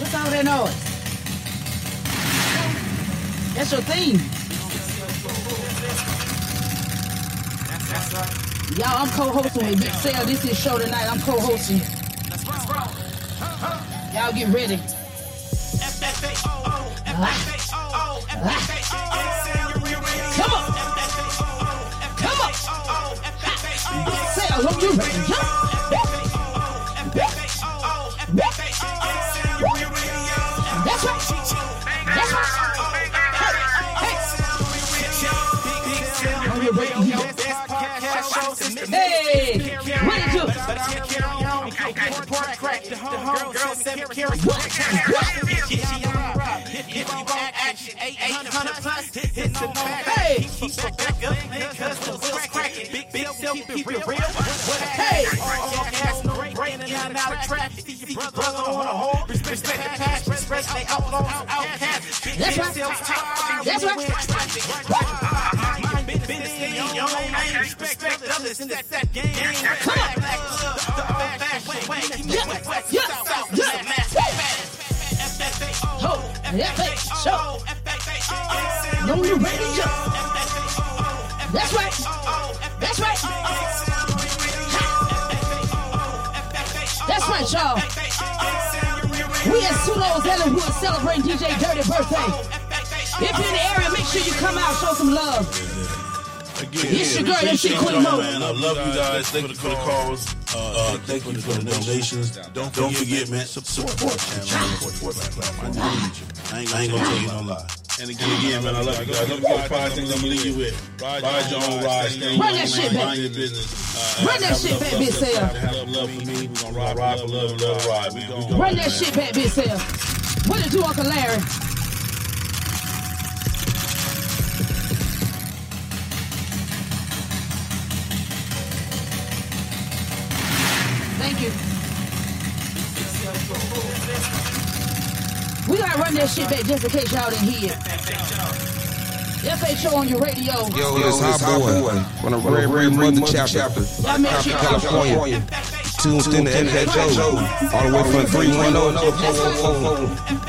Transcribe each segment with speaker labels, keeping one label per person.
Speaker 1: What's all that noise? That's your thing. Y'all, I'm co-hosting with Big Sale. This is show tonight. I'm co-hosting. Y'all get ready. Come on. Come on. Big Sale, hope you ready. Yeah. Yeah. Yeah. That's right. That's right. Hey, hey. Are you ready? Hey, what it do? Hey, hey, that's right. That's right. Yeah, yeah, yeah. Ho, FFA, show. Know you ready, yeah. That's right. That's right. Ha. That's right, y'all. We at Sudo's Ellenwood celebrating DJ Dirty birthday. If you're in the area, make sure you come out, show some love. It's your girl, MC Queen Mo.
Speaker 2: Man, I love you guys. Thank you for the calls. Uh, thank you for the donations. Don't forget, man. Support the channel. Support Black Lives Matter. I ain't I ain't gonna tell you no lie. And again, again, man, I love you guys. Let me go five things I'm gonna leave you with. Ride your own ride. Stay in your
Speaker 1: Run that shit
Speaker 2: lane.
Speaker 1: back.
Speaker 2: Mind your business. Uh,
Speaker 1: Run that
Speaker 2: have
Speaker 1: shit
Speaker 2: love
Speaker 1: back,
Speaker 2: for
Speaker 1: Big
Speaker 2: us.
Speaker 1: Sale.
Speaker 2: Have love for me. We gonna ride, ride for love and love ride, man. We gonna-
Speaker 1: Run that shit back, Big Sale. What it do, Uncle Larry? Thank you. We gotta run that shit back just in case y'all didn't hear it. FHO on your radio.
Speaker 3: Yo, it's Hot Boy from the Red Red Mother Chapter,
Speaker 1: Y'all make sure
Speaker 3: Compton, California. Tuned in to FHO, all the way from 310.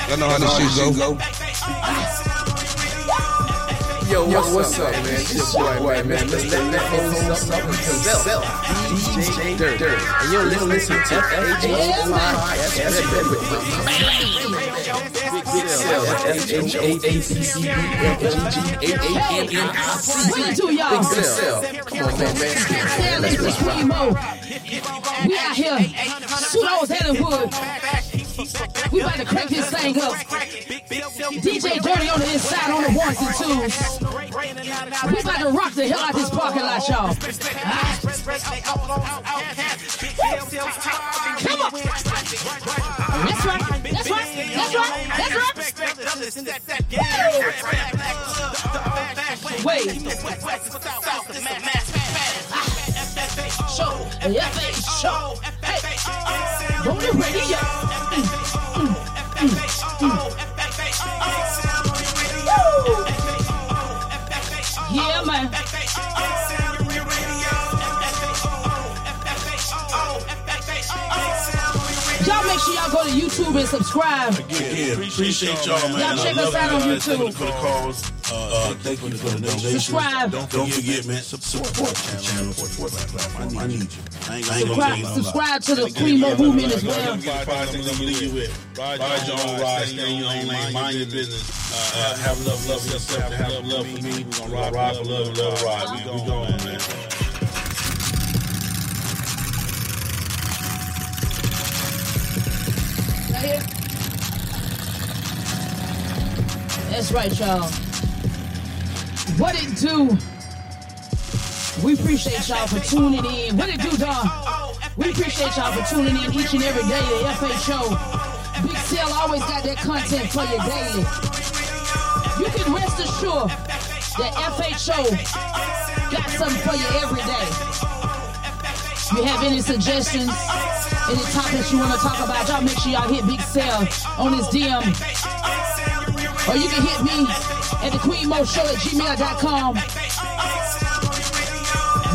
Speaker 3: Y'all know how this shit go.
Speaker 4: Yo, what's, up, man? It's your boy, boy, man. Let's let that hold something himself. DJ Dirt. Dirt. And you're listening to F-H-O-Y-F-F-F-F-F-F-F-F-F-F-F-F-F-F-F-F-F-F-F-F-F-F-F-F-F-f
Speaker 1: What it do, y'all? Damn, this is Primo. We out here. Pseudo's Hollywood. We about to crack this thing up. DJ Dirty on the inside on the ones and twos. We about to rock the hell out this parking lot, y'all. Ah. Come on. That's right. That's right. That's right. That's right. Woo! Wait. Show. FA show. Hey. On the radio. Mm, mm, mm, mm. Woo! Yeah, man. Y'all make sure y'all go to YouTube and subscribe.
Speaker 2: Yeah, appreciate y'all, man.
Speaker 1: Y'all
Speaker 2: I
Speaker 1: check
Speaker 2: love
Speaker 1: us out
Speaker 2: you
Speaker 1: on
Speaker 2: guys. Thank you
Speaker 1: YouTube.
Speaker 2: for the calls.
Speaker 5: Uh, thank you for the donations.
Speaker 6: Subscribe.
Speaker 5: Don't, don't forget, man. sub- Support the channel. Support the platform. I need you. I ain't, I ain't gonna tell you
Speaker 6: Subscribe,
Speaker 5: no lie.
Speaker 6: subscribe to the Primo movement as well.
Speaker 5: Five things I'm gonna leave you with. Ride your own ride, stay in your own lane, mind your business. Uh, Have enough love for yourself and have love for me. We're gonna ride, ride for love, and love, ride. We going, man.
Speaker 6: Right here. That's right, y'all. What it do? We appreciate y'all for tuning in. What it do, dog? We appreciate y'all for tuning in each and every day to FA Show. Big Cell always got that content for you daily. You can rest assured that FA Show got something for you every day. You have any suggestions, any topics you want to talk about, y'all make sure y'all hit Big Cell on his DM. Or you can hit me at the Queen Mo Show at gmail.com.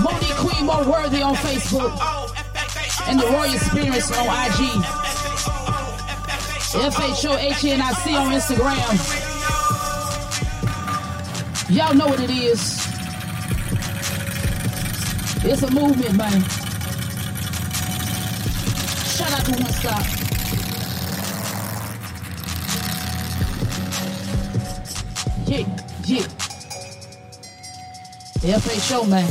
Speaker 6: Monique Queen Mo Worthy on Facebook. And the Royal Experience on IG. FHO HNIC on Instagram. Y'all know what it is. It's a movement, man. Shout out to One Stop. Yeah, yeah. The FA show, man.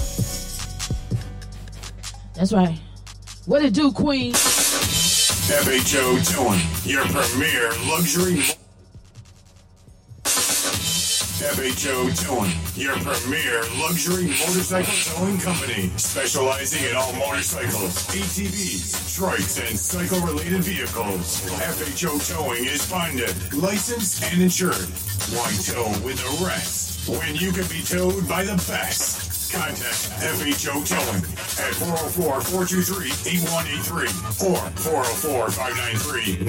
Speaker 6: That's right. What it do, Queen?
Speaker 3: FHO Towing, your premier luxury. FHO Towing, your premier luxury motorcycle towing company, specializing in all motorcycles, ATVs, trikes, and cycle-related vehicles. FHO Towing is bonded, licensed, and insured. Why tow with the rest when you can be towed by the best? Contact FHO Towing at 404-423-8183 or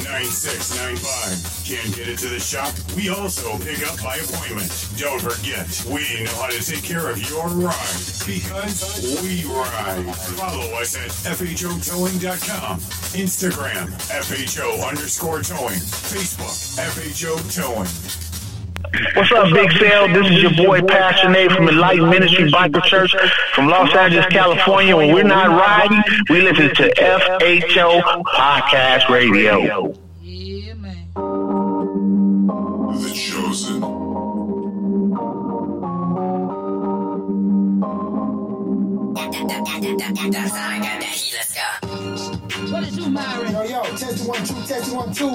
Speaker 3: 404-593-9695. Can't get it to the shop? We also pick up by appointment. Don't forget, we know how to take care of your ride because we ride. Follow us at FHOTowing.com, Instagram, FHO underscore towing, Facebook, FHO Towing.
Speaker 7: What's up, Big Cell? This is your boy Passionate from Enlightened Ministry Bible Church from Los Angeles, California. When we're not riding, we listen to FHO Podcast Radio.
Speaker 3: The Chosen.
Speaker 6: What it do, Myron?
Speaker 8: Yo, yo, test one, two, test one, two.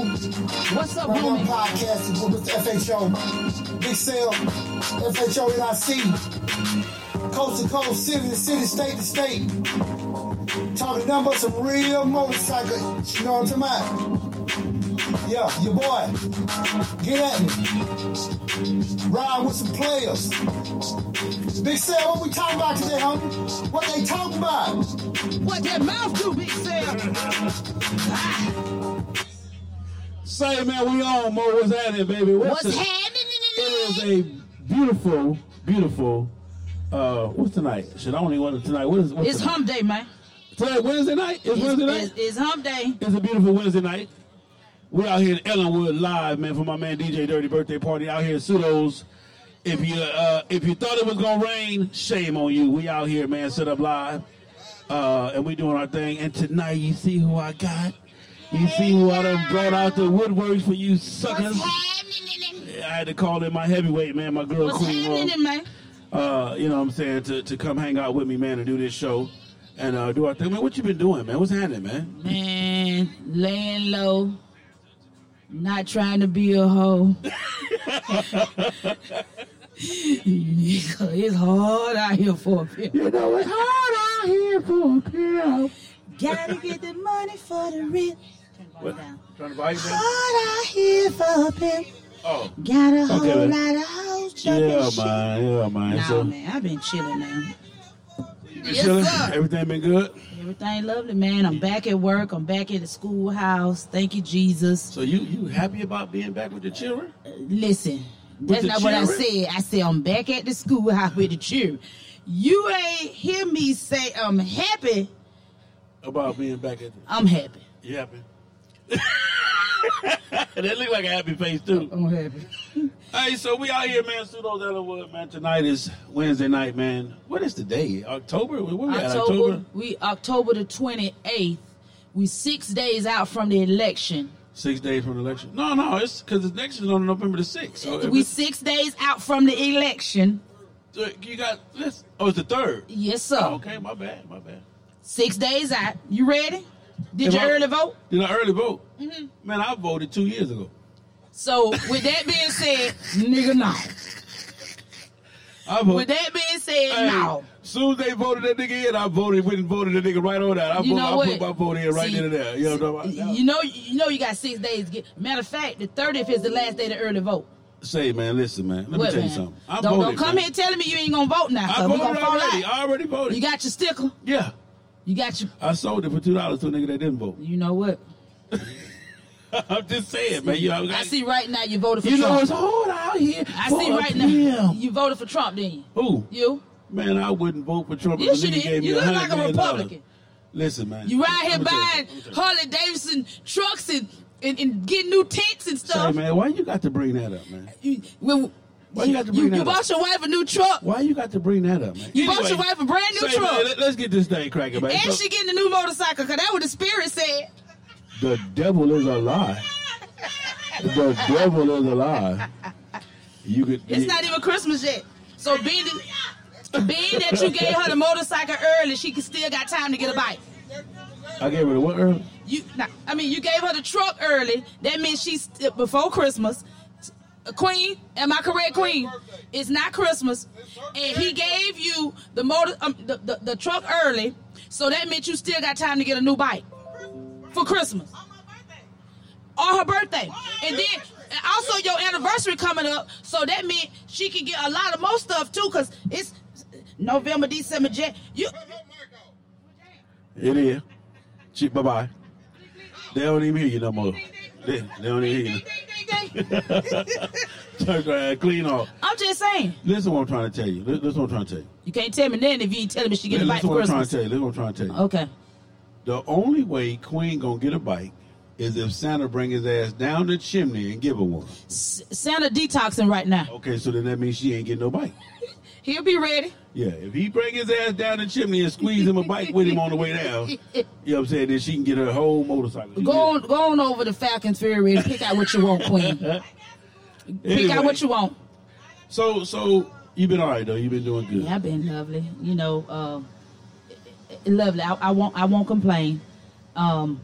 Speaker 6: What's up,
Speaker 8: My one podcast is with Mr. FHO. Big sale, FHO NIC. Coast to coast, city to city, state to state. Talking nothing but some real motorcycle. You know what I'm talking about? Yeah, your boy. Get at me. Ride with some players. Big sale, what we talking about today, homie? What they talking about?
Speaker 6: What that mouth do, Big sale?
Speaker 1: Say, man, we on, Mo. What's happening, baby?
Speaker 6: What's
Speaker 1: the-
Speaker 6: happening?
Speaker 1: It is a beautiful, beautiful. Uh, what's tonight? Shit, I don't even want to tonight. What is? What's
Speaker 6: It's
Speaker 1: tonight?
Speaker 6: hump day, man.
Speaker 1: Today, Wednesday night. It's, Wednesday night.
Speaker 6: It's, it's hump day.
Speaker 1: It's a beautiful Wednesday night. We're out here in Ellenwood live, man, for my man DJ Dirty birthday party out here in Pseudos. If you uh, if you thought it was gonna rain, shame on you. We out here, man, set up live, uh, and we doing our thing. And tonight, you see who I got. You see who I done brought out the woodworks for you suckers. I had to call in my heavyweight, man, my girl
Speaker 6: What's
Speaker 1: Queen Raw.
Speaker 6: happening, man?
Speaker 1: Uh, you know what I'm saying, to, to come hang out with me, man, and do this show and uh, do our thing. Man, what you been doing, man? What's happening, man?
Speaker 6: Man, laying low. Not trying to be a hoe. Nigga, it's hard out here for a pill. You know it's hard out here for a pill. Gotta get the money for the rent.
Speaker 1: What? Trying to buy you, man?
Speaker 6: Hard out here for a pill.
Speaker 1: Oh.
Speaker 6: Got a whole
Speaker 1: Okay, man.
Speaker 6: lot of hoes jumping
Speaker 1: Yeah,
Speaker 6: shit.
Speaker 1: man. Yeah, man.
Speaker 6: Nah,
Speaker 1: so,
Speaker 6: man, I've been chilling now.
Speaker 1: you been chilling?
Speaker 6: sir.
Speaker 1: Everything been good?
Speaker 6: Everything lovely, man. I'm back at work. I'm back at the schoolhouse. Thank you, Jesus.
Speaker 1: So you you happy about being back with your children?
Speaker 6: Listen,
Speaker 1: With
Speaker 6: that's
Speaker 1: the
Speaker 6: not what I
Speaker 1: children?
Speaker 6: said. I said I'm back at the schoolhouse with the children. You ain't hear me say I'm happy.
Speaker 1: About being back at the...
Speaker 6: I'm happy.
Speaker 1: You happy? that look like a happy face, too.
Speaker 6: I'm happy.
Speaker 1: Hey, so we out here, man. Pseudo's Ellenwood, man. Tonight is Wednesday night, man. What is today? October? Where we at? October?
Speaker 6: October, we October the twenty eighth. We six days out from the election.
Speaker 1: Six days from the election. No, no, it's because the election is on November the 6th. So if
Speaker 6: we
Speaker 1: it's-
Speaker 6: six days out from the election.
Speaker 1: You got this. Oh, it's the third.
Speaker 6: Yes, sir.
Speaker 1: okay, my bad, my bad.
Speaker 6: Six days out. You ready? Did
Speaker 1: If
Speaker 6: you
Speaker 1: I-
Speaker 6: early vote?
Speaker 1: Did I early vote?
Speaker 6: Mm-hmm.
Speaker 1: Man, I voted two years ago.
Speaker 6: So with that being said, nigga, no.
Speaker 1: I voted.
Speaker 6: With that being said,
Speaker 1: Hey,
Speaker 6: no.
Speaker 1: Soon as they voted that nigga in, I voted, went and voted that nigga right on that. I,
Speaker 6: You
Speaker 1: voted,
Speaker 6: know
Speaker 1: I put
Speaker 6: what?
Speaker 1: my vote in right
Speaker 6: See-
Speaker 1: there and there. You know what I'm talking about?
Speaker 6: You know, you know, you got six days. to Get, matter of fact, the thirtieth is the last day to early vote.
Speaker 1: Say, man, listen, man. Let me
Speaker 6: What,
Speaker 1: tell you
Speaker 6: man?
Speaker 1: something. I
Speaker 6: don't,
Speaker 1: voted.
Speaker 6: don't come
Speaker 1: man.
Speaker 6: here telling me you ain't gonna vote now.
Speaker 1: I
Speaker 6: 'cause we
Speaker 1: voted
Speaker 6: gonna fall
Speaker 1: already.
Speaker 6: out.
Speaker 1: I already voted.
Speaker 6: You got your sticker.
Speaker 1: Yeah.
Speaker 6: You got your.
Speaker 1: I sold it for two dollars to a nigga that didn't vote.
Speaker 6: You know what?
Speaker 1: I'm just saying, man. You know,
Speaker 6: I see right now you voted for
Speaker 1: You know,
Speaker 6: Trump.
Speaker 1: it's hard out here
Speaker 6: I
Speaker 1: for
Speaker 6: see
Speaker 1: a
Speaker 6: right now you voted for Trump, didn't you?
Speaker 1: Who?
Speaker 6: You.
Speaker 1: Man, I wouldn't vote for Trump
Speaker 6: You
Speaker 1: if the
Speaker 6: should.
Speaker 1: nigga gave me
Speaker 6: You
Speaker 1: a
Speaker 6: look
Speaker 1: hundred
Speaker 6: like a
Speaker 1: million dollars.
Speaker 6: Republican.
Speaker 1: Listen, man.
Speaker 6: You right here
Speaker 1: I'ma tell you
Speaker 6: buying Harley Davidson trucks and, and, and getting new tents and
Speaker 1: Say,
Speaker 6: stuff.
Speaker 1: man, why you got to bring that up, man?
Speaker 6: You, when-
Speaker 1: Why you got to bring
Speaker 6: you,
Speaker 1: that
Speaker 6: you
Speaker 1: up?
Speaker 6: bought your wife a new truck.
Speaker 1: Why you got to bring that up, man?
Speaker 6: You bought your wife a brand new
Speaker 1: say,
Speaker 6: truck.
Speaker 1: Man, let, us get this thing cracking, man.
Speaker 6: and
Speaker 1: So-
Speaker 6: she getting a new motorcycle, cause that what the spirit said.
Speaker 1: the devil is a lie. The devil is a lie. You could.
Speaker 6: It's not even Christmas yet. So being that, being that you gave her the motorcycle early, she can still got time to get a bike.
Speaker 1: I gave her the what early?
Speaker 6: You, nah, I mean, you gave her the truck early. That means she's st- before Christmas. Uh, Queen, am I correct, Queen? It's not Christmas, and he gave you the motor, um, the, the, the truck early, so that meant you still got time to get a new bike for Christmas or her birthday, and then and also your anniversary coming up, so that meant she can get a lot of more stuff too, cause it's November, December, Jan. You,
Speaker 1: It is. She, bye bye. They don't even hear you no more. They, they don't even hear you. Turn around, clean off.
Speaker 6: I'm just saying,
Speaker 1: uh, Listen, what I'm trying to tell you. Li- Listen, what I'm trying to tell you.
Speaker 6: you can't tell me then if you ain't telling me she get a
Speaker 1: Listen,
Speaker 6: bike for
Speaker 1: what I'm trying to
Speaker 6: Christmas.
Speaker 1: tell you. Listen, what I'm trying to tell you.
Speaker 6: Okay.
Speaker 1: The only way Queen gonna get a bike is if Santa bring his ass down the chimney and give her one.
Speaker 6: Santa detoxing right now.
Speaker 1: Okay, so then that means she ain't getting no bike.
Speaker 6: He'll be ready.
Speaker 1: Yeah, if he bring his ass down the chimney and squeeze him a bike with him on the way down, you know what I'm saying? Then she can get her whole motorcycle. She
Speaker 6: Go on, go on over to Falcons Fury and pick out what you want, Queen. Pick out what you want.
Speaker 1: So, so you've been all right though. You've been doing good.
Speaker 6: Yeah, I've been lovely. You know, um, i- i- lovely. I, I won't. I won't complain. Um,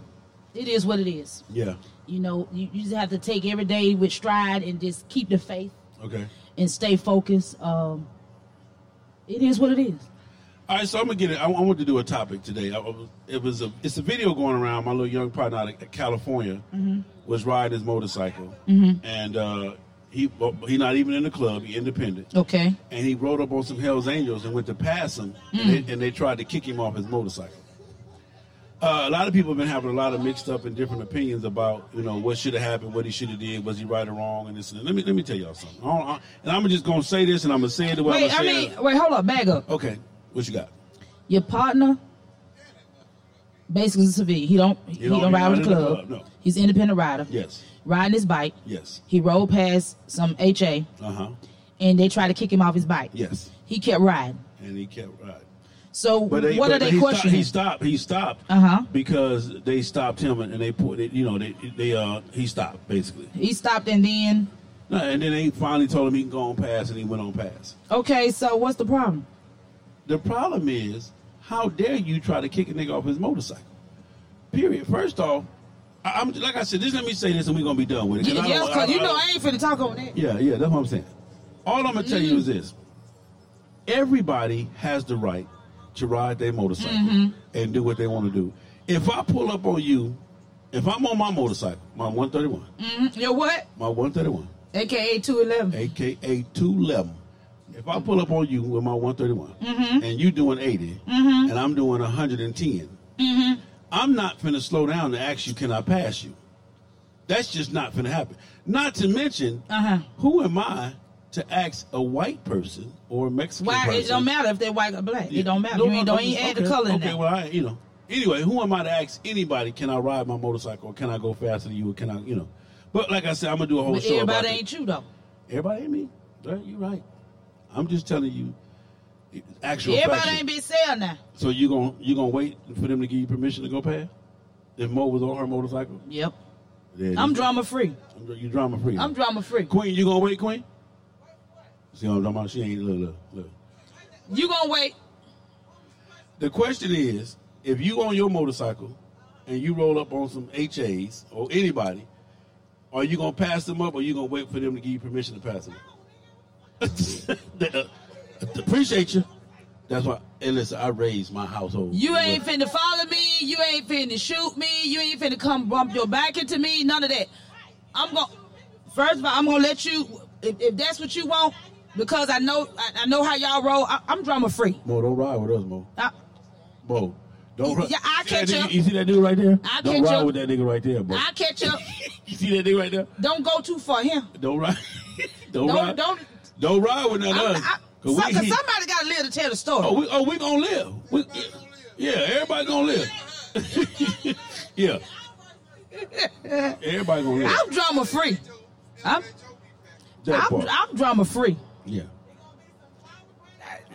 Speaker 6: it is what it is.
Speaker 1: Yeah.
Speaker 6: You know, you, you just have to take every day with stride and just keep the faith
Speaker 1: Okay.
Speaker 6: and stay focused. Um, it is what it is.
Speaker 1: All right, so I'm gonna get it. I, I want to do a topic today. I, I was- it was a it's a video going around. My little young partner out of California
Speaker 6: Mm-hmm.
Speaker 9: Mhm.
Speaker 1: was riding his motorcycle,
Speaker 9: Mhm.
Speaker 1: and uh, he well, he not even in the club. He independent,
Speaker 6: Okay.
Speaker 1: and he rode up on some Hell's Angels and went to pass him,
Speaker 6: Mm.
Speaker 1: and, they, and they tried to kick him off his motorcycle. Uh, a lot of people have been having a lot of mixed up and different opinions about you know what should have happened, what he should have did, was he right or wrong, and this. And that. let me let me tell y'all something. I don't- I- and I'm just gonna say this, and I'm gonna say it the way
Speaker 6: wait,
Speaker 1: I'm
Speaker 6: I
Speaker 1: gonna say
Speaker 6: mean,
Speaker 1: it.
Speaker 6: wait, hold up, back up.
Speaker 1: Okay, what you got?
Speaker 6: Your partner, basically, is a civilian. He don't. He, don't, ride with the
Speaker 1: in
Speaker 6: club.
Speaker 1: No.
Speaker 6: He's an independent rider.
Speaker 1: Yes.
Speaker 6: Riding his bike.
Speaker 1: Yes.
Speaker 6: He rode past some HA,
Speaker 1: Uh huh.
Speaker 6: and they tried to kick him off his bike.
Speaker 1: Yes.
Speaker 6: He kept riding.
Speaker 1: And he kept riding.
Speaker 6: So what are
Speaker 1: but
Speaker 6: they
Speaker 1: he
Speaker 6: questioning?
Speaker 1: Stopped, he stopped. He stopped.
Speaker 6: Uh huh.
Speaker 1: Because they stopped him and they put it. You know they they uh he stopped basically.
Speaker 6: He stopped and then
Speaker 1: No, and then they finally told him he can go on pass and he went on pass.
Speaker 6: okay. So what's the problem?
Speaker 1: The problem is how dare you try to kick a nigga off his motorcycle? Period. First off, I, I'm like I said. Just let me say this and we're gonna be done with it. 'cause I
Speaker 6: Yes,
Speaker 1: don't-
Speaker 6: cause you
Speaker 1: I- I-
Speaker 6: know I ain't finna talk on that.
Speaker 1: Yeah, yeah, that's what I'm saying. All I'm gonna tell you is this: everybody has the right to ride their motorcycle
Speaker 6: Mhm.
Speaker 1: and do what they want to do. If I pull up on you, if I'm on my motorcycle, my 131,
Speaker 6: Mm-hmm. Yo, what?
Speaker 1: my 131,
Speaker 6: AKA two eleven.
Speaker 1: aka 211. If I pull up on you with my 131
Speaker 6: Mhm.
Speaker 1: and you doing 80
Speaker 6: Mhm.
Speaker 1: and I'm doing 110,
Speaker 6: Mm-hmm.
Speaker 1: I'm not finna slow down to ask you, can I pass you? That's just not finna happen. Not to mention,
Speaker 6: Uh-huh.
Speaker 1: who am I to ask a white person or a Mexican
Speaker 6: Why?
Speaker 1: person?
Speaker 6: It don't matter if they're white or black. It don't matter.
Speaker 1: No,
Speaker 6: you ain't,
Speaker 1: no,
Speaker 6: don't
Speaker 1: I'm
Speaker 6: even
Speaker 1: just-
Speaker 6: add
Speaker 1: okay,
Speaker 6: the color in
Speaker 1: Okay,
Speaker 6: there.
Speaker 1: well, I, you know. Anyway, who am I to ask anybody, can I ride my motorcycle or can I go faster than you or can I, you know. But like I said, I'm going to do a whole
Speaker 6: but
Speaker 1: show about
Speaker 6: everybody
Speaker 1: it.
Speaker 6: ain't you though.
Speaker 1: Everybody ain't me. Right? You're right. I'm just telling you it- actual
Speaker 6: Everybody
Speaker 1: factual.
Speaker 6: ain't been sell now.
Speaker 1: So you gonna you gonna wait for them to give you permission to go past? If Mo was on her motorcycle?
Speaker 6: Yep.
Speaker 1: There it
Speaker 6: I'm
Speaker 1: is.
Speaker 6: drama free.
Speaker 1: I'm dr- You drama free.
Speaker 6: I'm drama free.
Speaker 1: Queen, you gonna wait, Queen? See what I'm talking about? She ain't look, look, look.
Speaker 6: You gonna wait?
Speaker 1: The question is, if you on your motorcycle and you roll up on some HAs or anybody, are you gonna pass them up or you gonna wait for them to give you permission to pass them up? Appreciate you. That's why and listen, I raised my household.
Speaker 6: You ain't finna follow me. You ain't finna shoot me. You ain't finna come bump your back into me. None of that. I'm gonna. First of all, I'm gonna let you. If, if that's what you want, because I know I, I know how y'all roll. I, I'm drama free.
Speaker 1: Mo, don't ride with us, Mo.
Speaker 6: I,
Speaker 1: Mo. Don't ride.
Speaker 6: Yeah, I'll
Speaker 1: See that
Speaker 6: catch
Speaker 1: nigga-
Speaker 6: up.
Speaker 1: You see that dude right there?
Speaker 6: I'll
Speaker 1: don't
Speaker 6: catch
Speaker 1: ride
Speaker 6: up.
Speaker 1: with that nigga right there, Mo.
Speaker 6: I catch up.
Speaker 1: you see that nigga right there?
Speaker 6: Don't go too far here.
Speaker 1: Don't ride. don't,
Speaker 6: Don't-
Speaker 1: ride.
Speaker 6: don't-
Speaker 1: Don't ride with none
Speaker 6: I'm-
Speaker 1: of us.
Speaker 6: I-
Speaker 1: 'Cause
Speaker 6: some- 'cause
Speaker 1: heat.
Speaker 6: somebody gotta live to tell the story.
Speaker 1: Oh, we, oh, we gonna live. We- yeah, everybody gonna live. yeah, everybody gonna live.
Speaker 6: I'm drama free. I'm,
Speaker 1: That
Speaker 6: I'm,
Speaker 1: part.
Speaker 6: I'm drama free.
Speaker 1: yeah.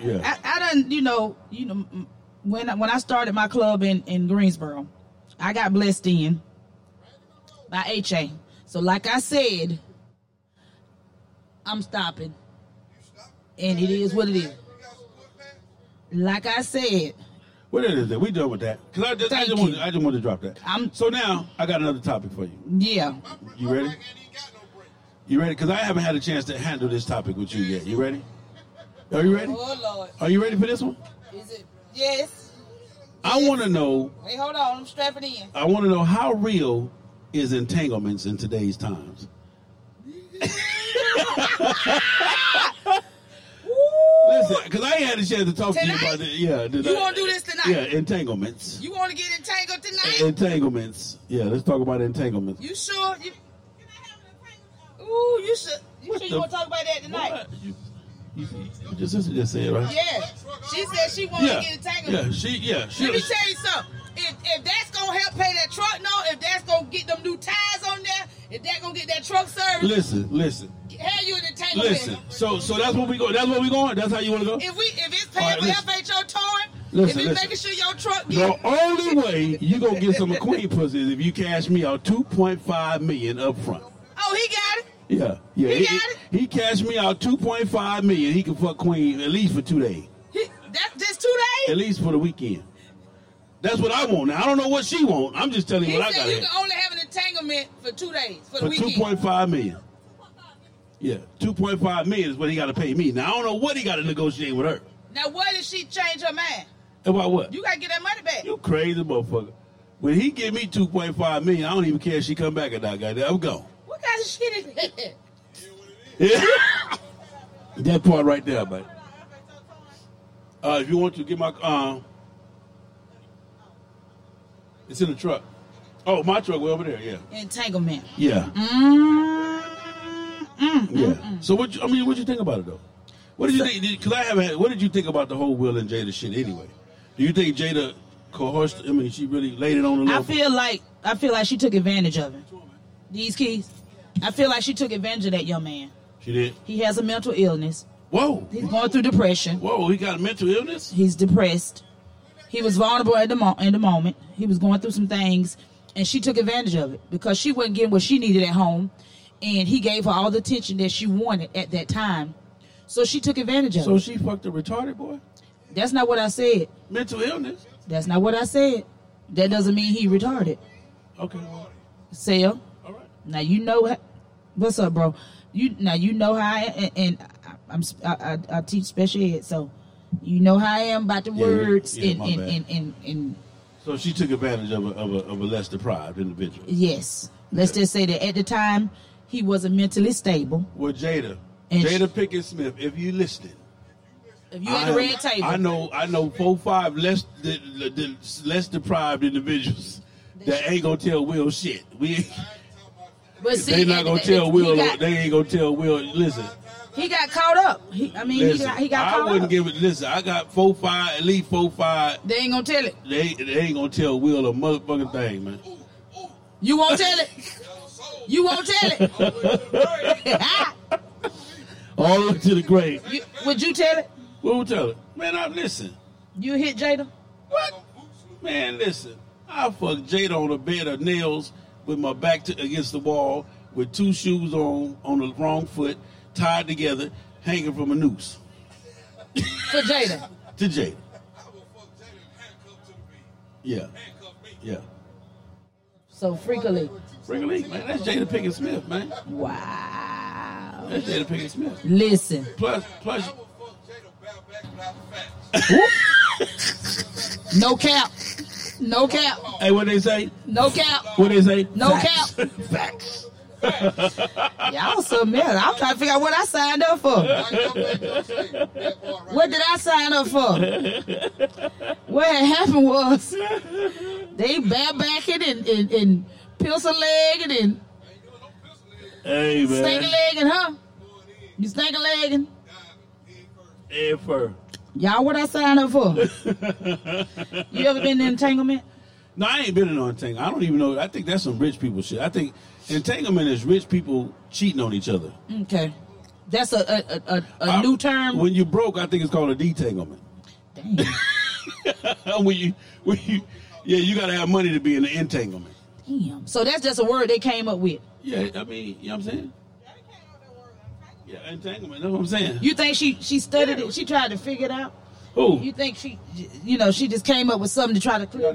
Speaker 1: Yeah.
Speaker 6: I, I done, you know, you know, m- when I, when I started my club in in Greensboro, I got blessed in by HA. So like I said, I'm stopping, and it is what it is. Like I said,
Speaker 1: What it is that? We done with that. Cause I just, I
Speaker 6: Thank
Speaker 1: just, want,
Speaker 6: you.
Speaker 1: I just want to drop that. so now I got another topic for you.
Speaker 6: yeah,
Speaker 1: You ready? You ready? Because I haven't had a chance to handle this topic with you yet. You ready? Are you ready?
Speaker 6: Oh
Speaker 1: Are you ready for this one?
Speaker 6: Lord, is it? Yes.
Speaker 1: I want to know.
Speaker 6: Wait, hold on. I'm strapping in.
Speaker 1: I want to know how real is entanglements in today's times. Listen, because I ain't had a chance to talk to you about
Speaker 6: Tonight?
Speaker 1: it. Yeah, did
Speaker 6: You
Speaker 1: I-
Speaker 6: gonna do this tonight?
Speaker 1: Yeah, entanglements.
Speaker 6: You want to get entangled tonight?
Speaker 1: Entanglements. Yeah, let's talk about entanglements.
Speaker 6: You sure? You... Ooh, you should. You sure you
Speaker 1: the-
Speaker 6: want to talk about that tonight?
Speaker 1: You Just, that's what you just said, right?
Speaker 6: Yeah. She said she want
Speaker 1: Yeah.
Speaker 6: to get entangled.
Speaker 1: Yeah, she, yeah, she.
Speaker 6: Let me tell you something. If, if that's gonna help pay that truck note, if that's gonna get them new tires on there, if that gonna get that truck service,
Speaker 1: Listen, listen,
Speaker 6: hell, you an entanglement.
Speaker 1: listen. So, so that's what we go. That's where we going. That's how you want to go.
Speaker 6: If we if it's
Speaker 1: All
Speaker 6: paying
Speaker 1: right,
Speaker 6: for
Speaker 1: listen.
Speaker 6: FHO towing,
Speaker 1: Listen,
Speaker 6: if it's
Speaker 1: listen. oh.
Speaker 6: making sure your truck get
Speaker 1: The only way you gonna get some queen pussy is if you cash me out two point five million up front.
Speaker 6: oh he got it.
Speaker 1: Yeah, yeah. He, he, he cashed me out two point five million. He can fuck queen at least for two days,
Speaker 6: He, that just two days.
Speaker 1: at least for the weekend. That's what I want. Now I don't know what she want. I'm just telling you
Speaker 6: He
Speaker 1: what I
Speaker 6: said
Speaker 1: got
Speaker 6: you
Speaker 1: here
Speaker 6: can only have an entanglement for two days for the
Speaker 1: for two
Speaker 6: weekend.
Speaker 1: point five million. Yeah, two point five million is what he got to pay me. Now I don't know what he got to negotiate with her
Speaker 6: Now what if she change her mind?
Speaker 1: about what.
Speaker 6: You gotta get that money back.
Speaker 1: You crazy motherfucker. When he give me two point five million, I don't even care if she come back or not. Goddamn, I'm gone.
Speaker 6: What kind of shit is that?
Speaker 1: Yeah. that part right there, buddy. Uh, if you want to get my um, it's in the truck. Oh, my truck, way over there. Yeah,
Speaker 6: Entanglement.
Speaker 1: yeah,
Speaker 6: Mm-mm.
Speaker 1: yeah. So what? You, I mean, what you think about it though? What did you think? Because I haven't. had- What did you think about the whole Will and Jada shit anyway? Do you think Jada coerced? I mean, she really laid it on the.
Speaker 6: I
Speaker 1: level?
Speaker 6: feel like I feel like she took advantage of him. These keys. I feel like she took advantage of that young man.
Speaker 1: she did.
Speaker 6: He has a mental illness.
Speaker 1: Whoa.
Speaker 6: He's going through depression.
Speaker 1: Whoa, he got a mental illness?
Speaker 6: He's depressed. He was vulnerable at the mo- in the moment. He was going through some things and she took advantage of it because she wasn't getting what she needed at home and he gave her all the attention that she wanted at that time. So she took advantage of
Speaker 1: So
Speaker 6: it.
Speaker 1: she fucked a retarded boy.
Speaker 6: That's not what I said.
Speaker 1: Mental illness.
Speaker 6: That's not what I said. That doesn't mean he retarded.
Speaker 1: Okay. well,
Speaker 6: Sale. All right. Now you know h- what's up, bro. You now you know how I and, and I, I'm sp- I, I, I teach special ed, so you know how I am about the
Speaker 1: Yeah,
Speaker 6: words
Speaker 1: yeah,
Speaker 6: and,
Speaker 1: my
Speaker 6: and,
Speaker 1: bad.
Speaker 6: and, and and
Speaker 1: So she took advantage of a, of a, of a less deprived individual.
Speaker 6: yes. Let's just say that at the time he wasn't mentally stable.
Speaker 1: Well, Jada,
Speaker 6: And
Speaker 1: Jada Pickett Smith, if you listening,
Speaker 6: If you had a
Speaker 1: I-
Speaker 6: red table,
Speaker 1: I know, I know four, five less the, the, less deprived individuals that ain't gonna tell Will shit. We
Speaker 6: But
Speaker 1: they
Speaker 6: see,
Speaker 1: not
Speaker 6: at
Speaker 1: gonna
Speaker 6: the-
Speaker 1: tell
Speaker 6: he
Speaker 1: Will.
Speaker 6: got-
Speaker 1: they ain't gonna tell Will. Listen,
Speaker 6: He got caught up. He, I mean,
Speaker 1: listen.
Speaker 6: he got, he got
Speaker 1: I
Speaker 6: caught
Speaker 1: wouldn't
Speaker 6: up.
Speaker 1: give it. Listen, I got four, five, at least four, five.
Speaker 6: they ain't gonna tell it.
Speaker 1: They they ain't gonna tell Will a motherfucking thing, man.
Speaker 6: You won't tell it. You won't tell it.
Speaker 1: all the way to the grave.
Speaker 6: You, would you tell it?
Speaker 1: What would tell it? Man, I listen.
Speaker 6: You hit Jada?
Speaker 1: What? Man, listen. I fucked Jada on a bed of nails with my back to, against the wall, with two shoes on on the wrong foot, tied together, hanging from a noose
Speaker 6: For Jada.
Speaker 1: to Jada. Yeah. Yeah.
Speaker 6: So freakily.
Speaker 1: Bring a leak, man. That's Jada Pinkett Smith, man.
Speaker 6: Wow.
Speaker 1: That's Jada Pinkett Smith.
Speaker 6: Listen.
Speaker 1: Plus, plus,
Speaker 6: No cap. No cap.
Speaker 1: hey, what they say?
Speaker 6: No cap.
Speaker 1: What they say?
Speaker 6: No
Speaker 1: Facts.
Speaker 6: cap.
Speaker 1: Facts.
Speaker 6: Y'all so mad. I'm trying to figure out what I signed up for. What did I sign up for? What had happened was they barebacking and, and, and pencil legged and
Speaker 1: Hey, man.
Speaker 6: stinking legging, huh? You stinking legging?
Speaker 1: Head fur.
Speaker 6: Y'all what I signed up for? you ever been in entanglement?
Speaker 1: No, I ain't been in no entanglement. I don't even know. I think that's some rich people shit. I think entanglement is rich people cheating on each other.
Speaker 6: Okay. That's a a, a, a, a
Speaker 1: I-
Speaker 6: new term.
Speaker 1: When you broke, I think it's called a detanglement. Damn. when you, when you, yeah, you got to have money to be in the entanglement.
Speaker 6: Damn. So that's just a word they came up with.
Speaker 1: Yeah, I mean, you know what I'm saying? Yeah, entanglement. That's what I'm saying.
Speaker 6: You think she she studied it? She tried to figure it out.
Speaker 1: Who?
Speaker 6: You think she you know she just came up with something to try to clear?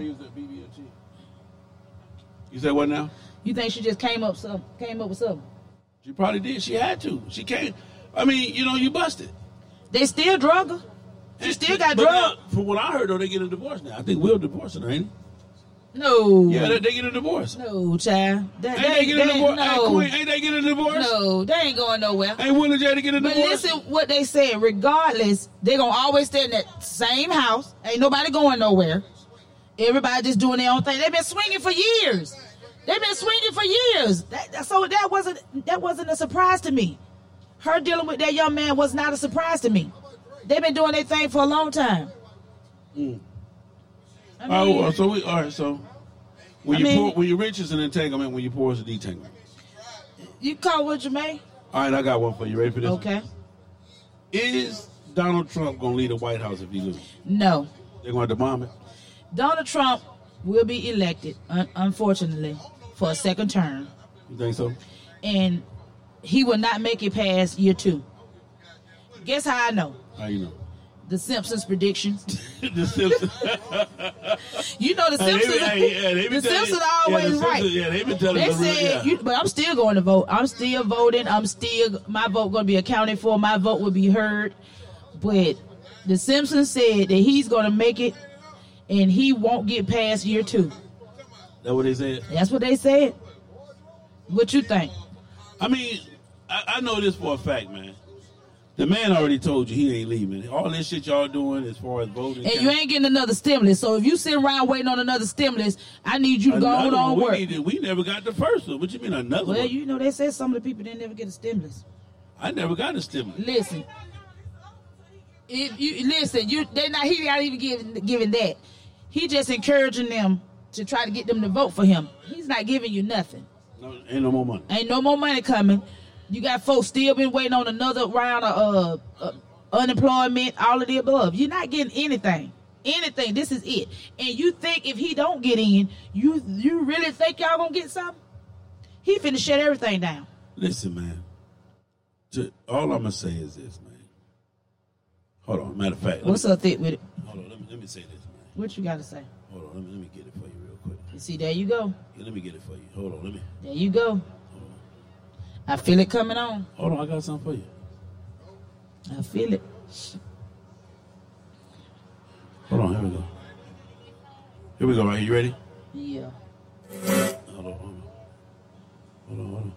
Speaker 1: You say what now?
Speaker 6: You think she just came up some came up with something?
Speaker 1: She probably did. She had to. She can't. I mean, you know, you busted.
Speaker 6: They still drug her. She still got
Speaker 1: But
Speaker 6: drugged.
Speaker 1: now, from what I heard, though, they get a divorce now. I think we'll divorce her, ain't it?
Speaker 6: No.
Speaker 1: Yeah, they, they get a divorce.
Speaker 6: No, child. They,
Speaker 1: Ain't they getting a divorce? Hey,
Speaker 6: no.
Speaker 1: Queen, ain't they getting a divorce?
Speaker 6: No, they ain't going nowhere.
Speaker 1: Ain't Will and Jada get a
Speaker 6: But
Speaker 1: divorce?
Speaker 6: listen what they said. Regardless, they going to always stay in that same house. Ain't nobody going nowhere. Everybody just doing their own thing. They've been swinging for years. They've been swinging for years. That, that- so that wasn't that wasn't a surprise to me. Her dealing with that young man was not a surprise to me. They've been doing their thing for a long time.
Speaker 1: Mm.
Speaker 6: I
Speaker 1: all right,
Speaker 6: mean-
Speaker 1: well, so we, all right, so when
Speaker 6: I
Speaker 1: you
Speaker 6: mean-
Speaker 1: poor, when you're rich is an entanglement, when you poor is a detanglement.
Speaker 6: You call what Jermaine?
Speaker 1: All right, I got one for you. Ready for this?
Speaker 6: Okay.
Speaker 1: Is Donald Trump gonna leave the White House if he loses?
Speaker 6: No.
Speaker 1: They're gonna bomb it.
Speaker 6: Donald Trump will be elected, un- unfortunately, for a second term,
Speaker 1: You think so?
Speaker 6: and he will not make it past year two. Guess how I know?
Speaker 1: How you know?
Speaker 6: The Simpsons predictions.
Speaker 1: the Simpsons.
Speaker 6: You know the
Speaker 1: Hey, they be-
Speaker 6: Simpsons.
Speaker 1: hey, yeah, they be
Speaker 6: the
Speaker 1: telling-
Speaker 6: Simpsons
Speaker 1: yeah,
Speaker 6: are
Speaker 1: the
Speaker 6: always
Speaker 1: Simpsons-
Speaker 6: right.
Speaker 1: yeah, they be telling
Speaker 6: They
Speaker 1: the real-
Speaker 6: said,
Speaker 1: yeah.
Speaker 6: you, but I'm still going to vote. I'm still voting. I'm still my vote going to be accounted for. My vote will be heard. But the Simpsons said that he's going to make it, and he won't get past year two.
Speaker 1: That what they said?
Speaker 6: That's what they said. What you think?
Speaker 1: I mean, I, I know this for a fact, man. The man already told you he ain't leaving. All this shit y'all doing as far as voting.
Speaker 6: And you ain't getting another stimulus. So if you sit around waiting on another stimulus, I need you to go on,
Speaker 1: Another one.
Speaker 6: on
Speaker 1: we
Speaker 6: work.
Speaker 1: needed- we never got the first one. What you mean another
Speaker 6: Well,
Speaker 1: one?
Speaker 6: you know they said some of the people didn't ever get a stimulus.
Speaker 1: I never got a stimulus.
Speaker 6: Listen, if you listen, you they not he not even giving giving that. He just encouraging them to try to get them to vote for him. He's not giving you nothing.
Speaker 1: No, ain't no more money.
Speaker 6: Ain't no more money coming. You got folks still been waiting on another round of uh, uh, unemployment, all of the above. You're not getting anything. Anything. This is it. And you think if he don't get in, you you really think y'all gonna get something? He finna shut everything down.
Speaker 1: Listen, man. To, all I'm gonna say is this, man. Hold on. Matter of fact,
Speaker 6: What's up, thick with it?
Speaker 1: Hold on. Let me, let me say this, man.
Speaker 6: What you gotta say?
Speaker 1: Hold on. Let me, let me get it for you real quick.
Speaker 6: You see, there you go.
Speaker 1: Yeah, let me get it for you. Hold on. Let me.
Speaker 6: There you go. I feel it coming on.
Speaker 1: Hold on. I got something for you.
Speaker 6: I feel it.
Speaker 1: Hold on. Here we go. Here we go. Right. here. You ready?
Speaker 6: Yeah.
Speaker 1: Hold on. Hold on. Hold on. Hold on.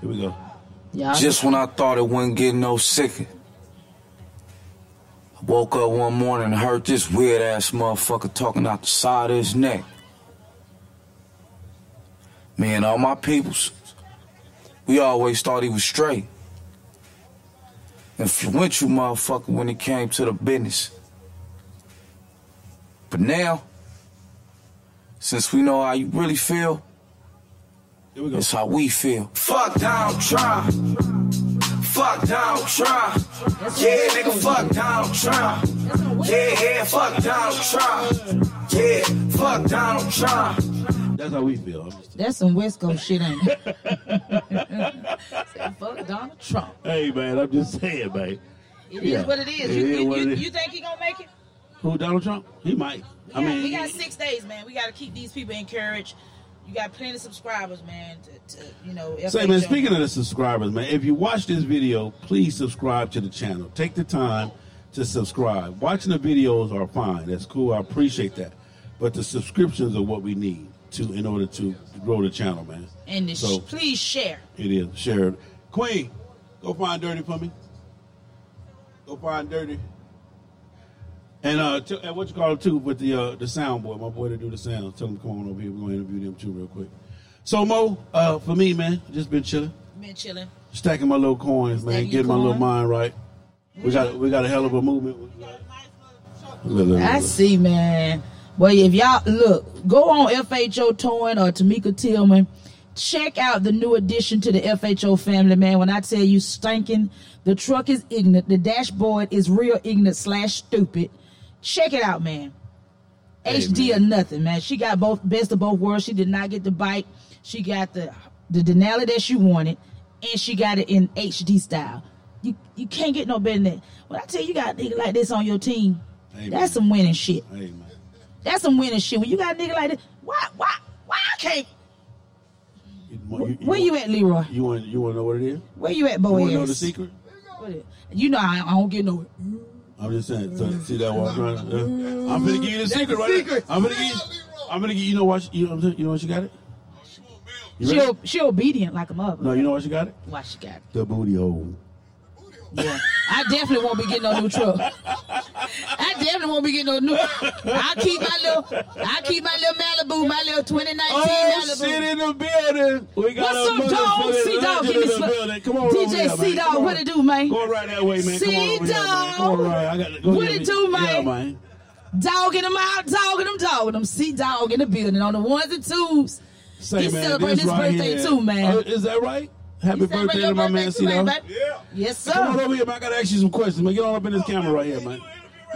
Speaker 1: Here we go.
Speaker 6: Yeah.
Speaker 9: Just when I thought it wouldn't get no sicker. I woke up one morning and heard this weird ass motherfucker talking out the side of his neck. Me and all my peoples, we always thought he was straight. Influential motherfucker when it came to the business. But now, since we know how you really feel, it's how we feel.
Speaker 10: Fuck down try.
Speaker 9: Fuck Donald Trump. Yeah, nigga, fuck Donald Trump. Yeah, yeah, fuck Donald Trump. Yeah, fuck Donald Trump.
Speaker 1: That's how we feel.
Speaker 6: That's some West Coast shit, ain't it? Say, fuck Donald Trump.
Speaker 1: Hey man, I'm just saying, man.
Speaker 6: It is
Speaker 1: Yeah.
Speaker 6: what it is.
Speaker 1: It
Speaker 6: you,
Speaker 1: is
Speaker 6: you,
Speaker 1: what
Speaker 6: you,
Speaker 1: it is.
Speaker 6: you think he gonna make it?
Speaker 1: Who Donald Trump? He might. I
Speaker 6: Yeah,
Speaker 1: mean,
Speaker 6: we got six days, man. We got to keep these people encouraged. You got plenty of subscribers, man. To, to, you know,
Speaker 1: Say, man, speaking of the subscribers, man, if you watch this video, please subscribe to the channel. Take the time to subscribe. Watching the videos are fine. That's cool. I appreciate that. But the subscriptions are what we need to in order to grow the channel, man.
Speaker 6: and the sh-
Speaker 1: so
Speaker 6: please share.
Speaker 1: it is. Share it. Queen, go find Dirty for me. Go find Dirty. And uh, t- and what you call it too with the uh, the sound boy, my boy to do the sound. Tell him to come on over here. We're gonna interview them too real quick. So Mo, uh, for me, man, just been chilling
Speaker 6: Been chilling.
Speaker 1: stacking my little coins, man,
Speaker 6: Stacking
Speaker 1: getting my
Speaker 6: your
Speaker 1: little
Speaker 6: coin.
Speaker 1: mind right. We got we got a hell of a movement. Look, look, look,
Speaker 6: I
Speaker 1: look.
Speaker 6: see, man. Well, if y'all look, go on FHO Towing or Tamika Tillman. Check out the new addition to the FHO family, man. When I tell you stinking, the truck is ignorant. The dashboard is real ignorant slash stupid. Check it out, man. HD or nothing, man. She got both best of both worlds. She did not get the bike. She got the the Denali that she wanted, and she got it in HD style. You you can't get no better than that. When I tell you, you got a nigga like this on your team, that's some winning shit.
Speaker 1: Amen.
Speaker 6: That's some winning shit. When you got a nigga like this, why why why I can't? Where you at, Leroy?
Speaker 1: You want you want to know what it is?
Speaker 6: Where you at,
Speaker 1: You wanna know
Speaker 6: Boaz?
Speaker 1: the secret?
Speaker 6: What it- You know I, I don't get no.
Speaker 1: I'm just saying. So, see that one? Uh, I'm gonna give you the
Speaker 6: That's
Speaker 1: secret
Speaker 6: the
Speaker 1: right
Speaker 6: secret.
Speaker 1: now. I'm gonna give you. I'm gonna give you. You know what? You know what I'm saying? You know what you got it? You
Speaker 6: She,
Speaker 1: ready?
Speaker 6: o- she obedient like a mother.
Speaker 1: No, you know what you got it?
Speaker 6: Why she got? It?
Speaker 1: The booty hole.
Speaker 6: Yeah. I definitely won't be getting no new truck. I definitely won't be getting no new. I keep my little, I keep my little Malibu, my little 2019
Speaker 1: Oh,
Speaker 6: Malibu.
Speaker 1: shit in the building. We got
Speaker 6: What's
Speaker 1: a
Speaker 6: up, dog?
Speaker 1: motherfucking
Speaker 6: C dog,
Speaker 1: legend
Speaker 6: give me
Speaker 1: in the
Speaker 6: some.
Speaker 1: building. Come on, over here,
Speaker 6: DJ
Speaker 1: man.
Speaker 6: C
Speaker 1: Come
Speaker 6: dog,
Speaker 1: on.
Speaker 6: what it do, man?
Speaker 1: Go right that way, man. Come on
Speaker 6: C
Speaker 1: over here, man. Come on
Speaker 6: dog,
Speaker 1: right. I got go
Speaker 6: What
Speaker 1: get
Speaker 6: it
Speaker 1: me-
Speaker 6: do,
Speaker 1: Yeah,
Speaker 6: man?
Speaker 1: man.
Speaker 6: dogging them out, dogging them, dogging them. C dog in the building on the ones and twos.
Speaker 1: Say,
Speaker 6: He's
Speaker 1: man,
Speaker 6: celebrating
Speaker 1: this
Speaker 6: his
Speaker 1: right
Speaker 6: birthday
Speaker 1: here-
Speaker 6: too, man.
Speaker 1: Oh, is that right? Happy
Speaker 6: He
Speaker 1: birthday,
Speaker 6: celebrating your
Speaker 1: to my
Speaker 6: birthday
Speaker 1: man,
Speaker 6: too,
Speaker 1: C dog.
Speaker 6: ain't it, babe? Yes, sir.
Speaker 1: Come on over here, man. I gotta ask you some questions, man. Get on up in this camera right here, man.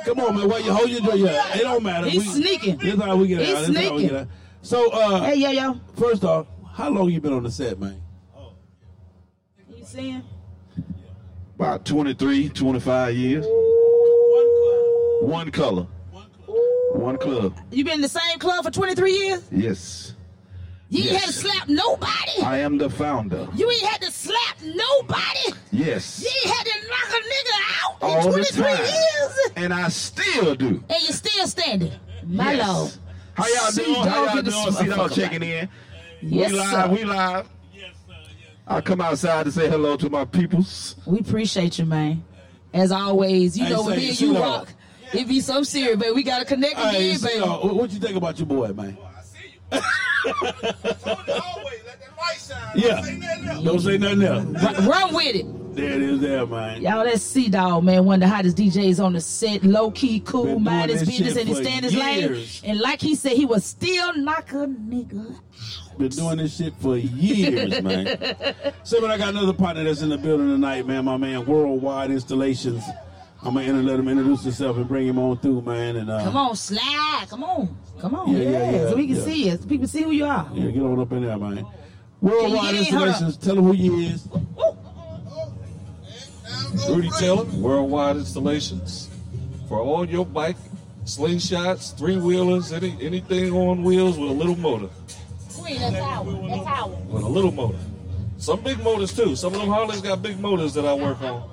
Speaker 1: Come on, man. Why you hold your door? Yeah, it don't matter.
Speaker 6: He's sneaking.
Speaker 1: This how we get
Speaker 6: He's
Speaker 1: out. This how we
Speaker 6: sneaking.
Speaker 1: get out. So, uh,
Speaker 6: Hey, yo, yo.
Speaker 1: First off, how long you been on the set, man?
Speaker 6: You seeing?
Speaker 10: About 23, 25 years. One color. One club.
Speaker 6: You been in the same club for 23 years?
Speaker 10: Yes.
Speaker 6: You ain't
Speaker 10: Yes.
Speaker 6: had to slap nobody.
Speaker 10: I am the founder.
Speaker 6: You ain't had to slap nobody.
Speaker 10: Yes.
Speaker 6: You ain't had to knock a nigga out
Speaker 10: All
Speaker 6: in
Speaker 10: the
Speaker 6: 23
Speaker 10: time.
Speaker 6: years.
Speaker 10: And I still do.
Speaker 6: And you're still standing. My
Speaker 10: Yes.
Speaker 6: lord.
Speaker 10: How y'all doing? How y'all doing? See y'all checking in.
Speaker 6: Yes,
Speaker 10: we live.
Speaker 6: sir.
Speaker 10: We live. I come outside to say hello to my peoples.
Speaker 6: We appreciate you, man. As always, you
Speaker 10: Hey,
Speaker 6: know
Speaker 10: say
Speaker 6: when me
Speaker 10: it,
Speaker 6: and you
Speaker 10: sweetheart.
Speaker 6: rock, it be some serious, but we gotta connect
Speaker 1: Hey,
Speaker 6: again,
Speaker 1: see,
Speaker 6: baby.
Speaker 1: uh, what what you think about your boy, man? Yeah. Don't say nothing else.
Speaker 6: Run, run with it.
Speaker 1: There it is, there, man.
Speaker 6: Y'all, that's C Dog, man, one of the hottest DJs on the set. Low key, cool,
Speaker 1: Been
Speaker 6: mind
Speaker 1: doing
Speaker 6: his
Speaker 1: this
Speaker 6: business,
Speaker 1: shit
Speaker 6: and he
Speaker 1: for
Speaker 6: stand his
Speaker 1: years.
Speaker 6: lane. And like he said, he was still knock a nigga.
Speaker 1: Been doing this shit for years, man. So, but I got another partner that's in the building tonight, man. My man, Worldwide Installations. I'm gonna let him introduce himself and bring him on through, man. And uh,
Speaker 6: Come on, slide. Come on. Come on.
Speaker 1: Yeah, yeah, yeah,
Speaker 6: so we can
Speaker 1: yeah.
Speaker 6: see it. So people see who you are.
Speaker 1: Yeah, get on up in there, man.
Speaker 6: Can
Speaker 1: Worldwide
Speaker 6: you get in? Hold
Speaker 1: Installations. Tell him who you is.
Speaker 11: Rudy Taylor, Worldwide Installations. For all your bike, slingshots, three wheelers, any, anything on wheels with a little motor.
Speaker 6: Queen, that's Howard. That's Howard.
Speaker 11: With a little motor. Some big motors too. Some of them Harleys got big motors that I work on.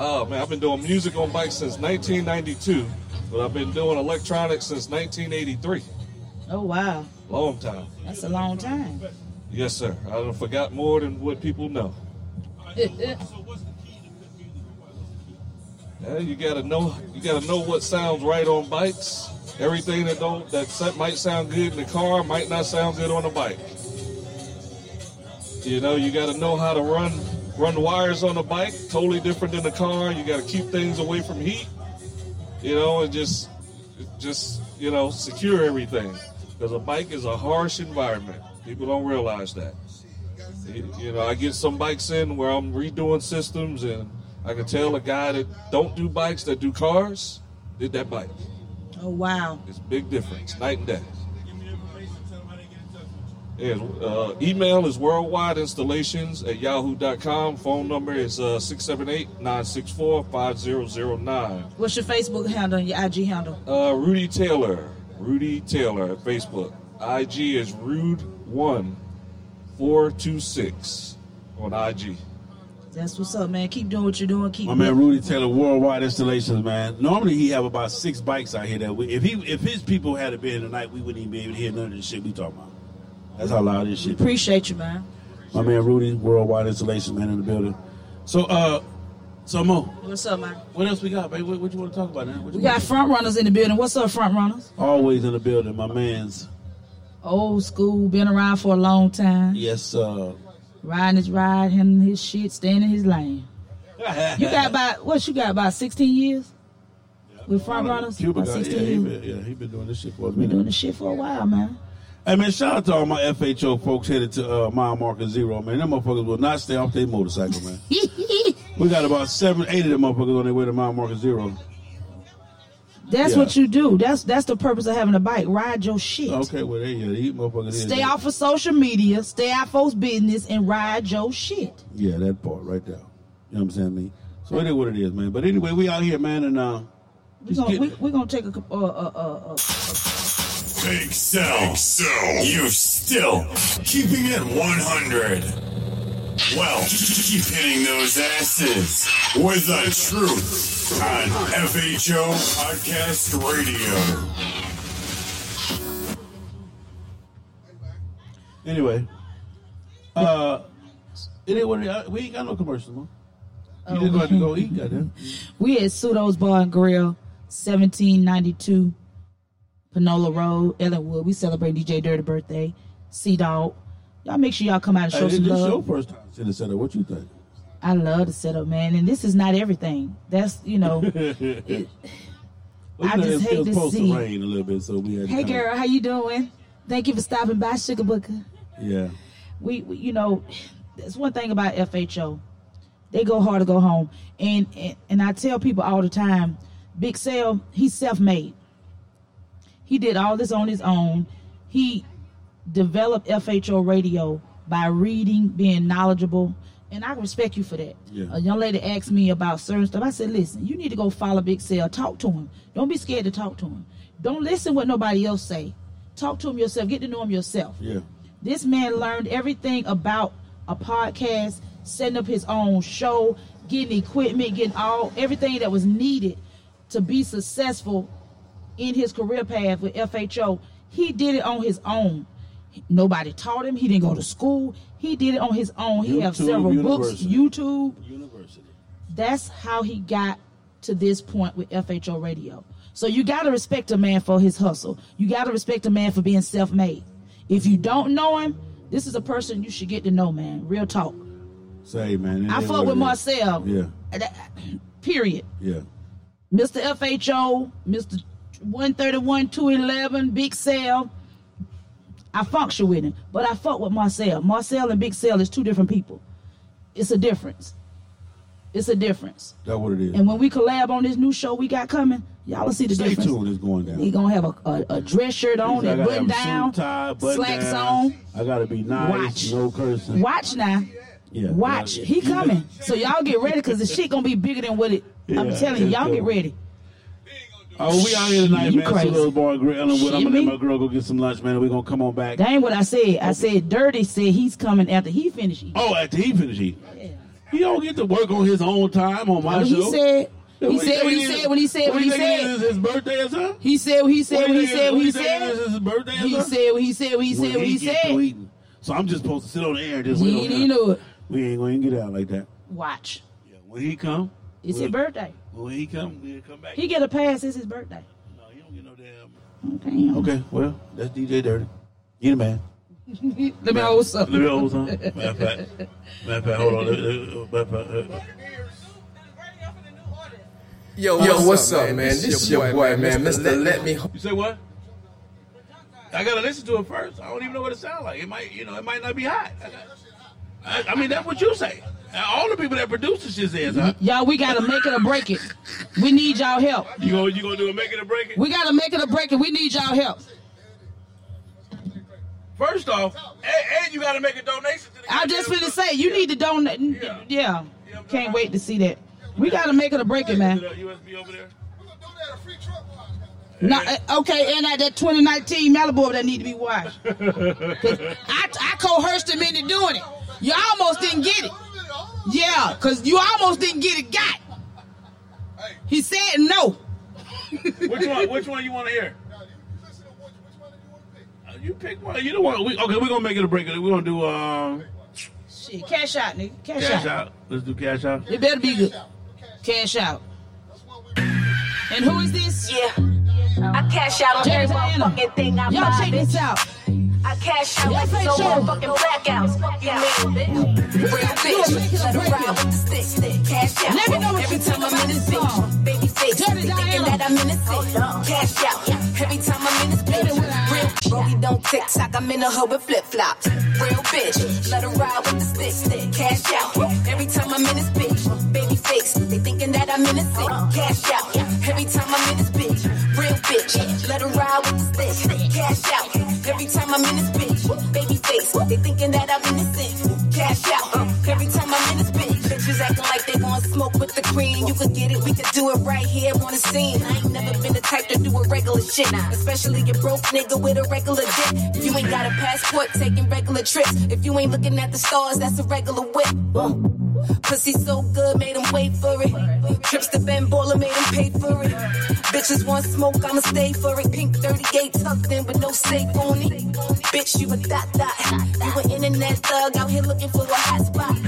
Speaker 11: Oh man, I've been doing music on bikes since 1992, but I've been doing electronics since 1983.
Speaker 6: Oh, wow.
Speaker 11: Long time.
Speaker 6: That's a long time.
Speaker 11: Yes, sir. I done forgot more than what people know. Yeah, you gotta know you gotta know what sounds right on bikes. Everything that don't that sa- might sound good in the car might not sound good on a bike. You know, you gotta know how to run run wires on a bike, totally different than a car. You gotta keep things away from heat. You know, and just just you know secure everything because a bike is a harsh environment. People don't realize that. You know, I get some bikes in where I'm redoing systems, and I can tell a guy that don't do bikes that do cars did that bike.
Speaker 6: Oh wow.
Speaker 11: It's big difference, night and day. Yeah, uh, email is worldwideinstallations at yahoo.com. Phone number is uh, 678-964-5009.
Speaker 6: What's your Facebook handle and your IG handle?
Speaker 11: Uh, Rudy Taylor. Rudy Taylor at Facebook. IG is Rude1426 on IG.
Speaker 6: That's what's up, man. Keep doing what you're doing. Keep
Speaker 1: My man Rudy Taylor, Worldwide Installations, man. Normally he have about six bikes out here that we, if he if his people had it been here tonight, we wouldn't even be able to hear none of this shit we talking about. That's how loud this shit. is.
Speaker 6: Appreciate you, man.
Speaker 1: My man Rudy, Worldwide Installations, man, in the building. So uh, so Mo,
Speaker 6: What's up, man?
Speaker 1: what else we got, babe? What, what you want to talk about now? What you
Speaker 6: We got
Speaker 1: want-
Speaker 6: front runners in the building. What's up, front runners?
Speaker 1: always in the building, my man's.
Speaker 6: Old school, been around for a long time.
Speaker 1: Yes, uh,
Speaker 6: Riding his ride, him his shit, staying in his lane. You got about what? You got about 16 years with front runners.
Speaker 1: Cuba
Speaker 6: About
Speaker 1: guy. Yeah,
Speaker 6: 16
Speaker 1: he
Speaker 6: years.
Speaker 1: been, yeah, he been doing this shit for a
Speaker 6: Been
Speaker 1: minute.
Speaker 6: doing this shit for a while, man.
Speaker 1: Hey man, shout out to all my FHO folks headed to uh, mile marker zero, man. Them motherfuckers will not stay off their motorcycle, man. we got about seven, eight of them motherfuckers on their way to mile marker zero.
Speaker 6: That's
Speaker 1: Yeah.
Speaker 6: what you do. That's that's the purpose of having a bike. Ride your shit.
Speaker 1: Okay, well they yeah, these motherfuckers. here,
Speaker 6: Stay
Speaker 1: they-
Speaker 6: off of social media. Stay out folks' business and ride your shit.
Speaker 1: Yeah, that part right there. You know what I'm saying, me. So it is what it is, man. But anyway, we out here, man, and uh,
Speaker 6: We're gonna, we, we gonna take a uh, uh, uh, uh,
Speaker 12: Big Cell. Cell. You still keeping it 100. Well, keep hitting those asses with the truth on FHO Podcast Radio.
Speaker 1: anyway, uh, it is what it is. We ain't got no commercials, man.
Speaker 6: Oh.
Speaker 1: You just gonna have to go eat, goddamn.
Speaker 6: We at Sudo's Bar and Grill, 1792 Panola Road, Ellenwood. We celebrate DJ Dirty birthday. Sea Dog. Y'all make sure y'all come out and
Speaker 1: Hey,
Speaker 6: show
Speaker 1: this
Speaker 6: some
Speaker 1: is
Speaker 6: love.
Speaker 1: your first time to the center. What you think?
Speaker 6: I love the setup, man. And this is not everything. That's you know. it-
Speaker 1: Well, you
Speaker 6: I
Speaker 1: know,
Speaker 6: just
Speaker 1: it's
Speaker 6: hate
Speaker 1: still
Speaker 6: to
Speaker 1: supposed
Speaker 6: see.
Speaker 1: to rain a little bit, so we had. to
Speaker 6: hey,
Speaker 1: kinda-
Speaker 6: girl, how you doing? Thank you for stopping by, Sugar Booker.
Speaker 1: Yeah.
Speaker 6: we, we you know that's one thing about FHO. They go hard to go home. And and, and I tell people all the time, Big Sale, he's self-made. He did all this on his own. He developed FHO radio by reading, being knowledgeable, and I respect you for that.
Speaker 13: Yeah.
Speaker 6: A young lady asked me about certain stuff. I said, "Listen, you need to go follow Big Sale. Talk to him. Don't be scared to talk to him. Don't listen what nobody else say. Talk to him yourself. Get to know him yourself."
Speaker 1: Yeah.
Speaker 6: This man learned everything about a podcast, setting up his own show, getting equipment, getting all everything that was needed to be successful in his career path with FHO. He did it on his own. Nobody taught him. He didn't go to school. He did it on his own. He have
Speaker 1: YouTube
Speaker 6: several books,
Speaker 1: University.
Speaker 6: YouTube. That's how he got to this point with FHO radio. So you gotta respect a man for his hustle. You gotta respect a man for being self-made. If you don't know him, this is a person you should get to know, man. Real talk.
Speaker 1: Say, man. it
Speaker 6: I
Speaker 1: ain't
Speaker 6: fuck
Speaker 1: what
Speaker 6: with
Speaker 1: it is.
Speaker 6: Marcel.
Speaker 1: Yeah.
Speaker 6: Period.
Speaker 1: Yeah.
Speaker 6: Mr. FHO, Mr. 131, 211, Big Cell. I function with him, but I fuck with Marcel. Marcel and Big Cell is two different people. It's a difference. It's a difference.
Speaker 1: That's what it is.
Speaker 6: And when we collab on this new show we got coming, y'all will see the
Speaker 1: Stay
Speaker 6: difference.
Speaker 1: tuned. It's going down.
Speaker 6: He gonna have a, a, a dress shirt on
Speaker 1: I
Speaker 6: and
Speaker 1: gotta
Speaker 6: button
Speaker 1: have a suit,
Speaker 6: down,
Speaker 1: tie, button
Speaker 6: slacks
Speaker 1: down.
Speaker 6: on.
Speaker 1: I gotta be nice.
Speaker 6: Watch.
Speaker 1: No cursing.
Speaker 6: Watch now.
Speaker 1: Yeah.
Speaker 6: Watch.
Speaker 1: Yeah.
Speaker 6: He coming. So y'all get ready because the shit gonna be bigger than what it. I'm
Speaker 1: Yeah,
Speaker 6: telling you,
Speaker 1: it's
Speaker 6: y'all
Speaker 1: dope.
Speaker 6: get ready.
Speaker 1: Oh, we out here tonight,
Speaker 6: You
Speaker 1: man.
Speaker 6: crazy.
Speaker 1: Crazy. Little bar and grill. Ellenwood. I'm gonna
Speaker 6: Jimmy?
Speaker 1: let my girl go get some lunch, man. and We're gonna come on back.
Speaker 6: That ain't what I said. I said Dirty said he's coming after he finishes.
Speaker 1: Oh, after he finishes, he. He don't get to work on his own time on my
Speaker 6: What
Speaker 1: show.
Speaker 6: he said.
Speaker 1: Yeah,
Speaker 6: He
Speaker 1: what do you
Speaker 6: said what
Speaker 1: think
Speaker 6: he
Speaker 1: it is?
Speaker 6: said. What he said.
Speaker 1: What
Speaker 6: What he
Speaker 1: do you think it is?
Speaker 6: said.
Speaker 1: His birthday or something?
Speaker 6: He said what he
Speaker 1: What
Speaker 6: said.
Speaker 1: do
Speaker 6: What
Speaker 1: you
Speaker 6: he
Speaker 1: think it
Speaker 6: said.
Speaker 1: is?
Speaker 6: What he
Speaker 1: What do you think it is? It's
Speaker 6: said.
Speaker 1: his birthday or
Speaker 6: He
Speaker 1: something?
Speaker 6: said what he said. What he
Speaker 1: When
Speaker 6: said. What
Speaker 1: he
Speaker 6: he
Speaker 1: get to
Speaker 6: said.
Speaker 1: eating. So I'm just supposed to sit on the air and just
Speaker 6: He
Speaker 1: wait
Speaker 6: ain't
Speaker 1: on
Speaker 6: even
Speaker 1: him.
Speaker 6: know it.
Speaker 1: We ain't gonna get out like that.
Speaker 6: Watch.
Speaker 1: When he come,
Speaker 6: It's his
Speaker 1: we'll-
Speaker 6: birthday.
Speaker 1: When he come, we'll come back.
Speaker 6: He get a pass. It's his birthday.
Speaker 1: Okay, well, that's DJ Dirty. You the man.
Speaker 6: Let me hold something.
Speaker 1: Let me hold some. Matter of fact, matter of fact, hold on. Let- let- Matter of fact, uh,
Speaker 4: Yo, yo, what's up, man? This is your boy, man. Mr. Let Me.
Speaker 1: You say what? I gotta listen to it first. I don't even know what it sounds like. It might, you know, it might not be hot. I got-
Speaker 14: I, I mean, that's what you say. Uh, All the people that produce the shit says, huh?
Speaker 6: Y'all, we gotta make it or break it. We need y'all help.
Speaker 14: You gonna you gonna do a make it or break it?
Speaker 6: We gotta make it or break it. We need y'all help.
Speaker 14: First off, and, and you gotta make a donation to the.
Speaker 6: I'm just gonna say, you need to donate. Yeah. Can't wait to see that. We gotta make it or break it, man.
Speaker 14: USB over there.
Speaker 6: Nah, uh, okay, and at that 2019 Malibu that need to be washed. 'Cause I, I coerced him into doing it. You almost didn't get it. Yeah, because you almost didn't get it got. He said no.
Speaker 14: which one? Which one you want to hear? Uh, You pick one. You don't want. We, okay, we're gonna make it a break. We're gonna do um,
Speaker 6: Shit, cash out, nigga. Cash,
Speaker 14: cash
Speaker 6: out.
Speaker 14: out. Let's do cash out.
Speaker 6: It better be good. Cash out. And who is this? Yeah.
Speaker 3: I cash out on every
Speaker 6: James Anna.
Speaker 3: motherfucking thing I
Speaker 6: Y'all
Speaker 3: buy,
Speaker 6: check
Speaker 3: bitch.
Speaker 6: this out.
Speaker 3: I cash out like
Speaker 6: Yes,
Speaker 3: no
Speaker 6: I sure.
Speaker 3: motherfucking blackouts. Fuck you, nigga. Real bitch. Let her ride with the stick. Cash out.
Speaker 6: Let me know what
Speaker 3: every
Speaker 6: you
Speaker 3: time
Speaker 6: think
Speaker 3: I'm in
Speaker 6: about
Speaker 3: this
Speaker 6: this
Speaker 3: bitch.
Speaker 6: song.
Speaker 3: Baby face.
Speaker 6: Dirty
Speaker 3: They thinking
Speaker 6: Diana.
Speaker 3: that I'm in this bitch. Cash out. Every time I'm in this bitch. Real Brody don't tick tock. I'm in the hood with flip flops. Real bitch. Let her ride with the stick. Cash out. Every time I'm in this bitch. Baby face. They thinking that I'm in this bitch. Cash out. Every time I'm in this bitch. Real bitch. Let her ride with the stick. Cash out. Every time I'm in this bitch. Baby face. They thinking that I'm innocent. Cash out. Every time I'm in this bitch. Bitches acting like they want smoke with the cream. You could get it. We could do it right here on the scene. I ain't never been the type to do a regular shit. Especially a broke nigga with a regular dick. If you ain't got a passport, taking regular trips. If you ain't looking at the stars, that's a regular whip. Pussy so good, made him wait for it. Trips to Ben Baller made him pay for it. Bitches want smoke, I'ma stay for it. Pink 38 tucked in with no safe on it. Bitch, you a dot dot. You an internet thug out here looking for a hot spot.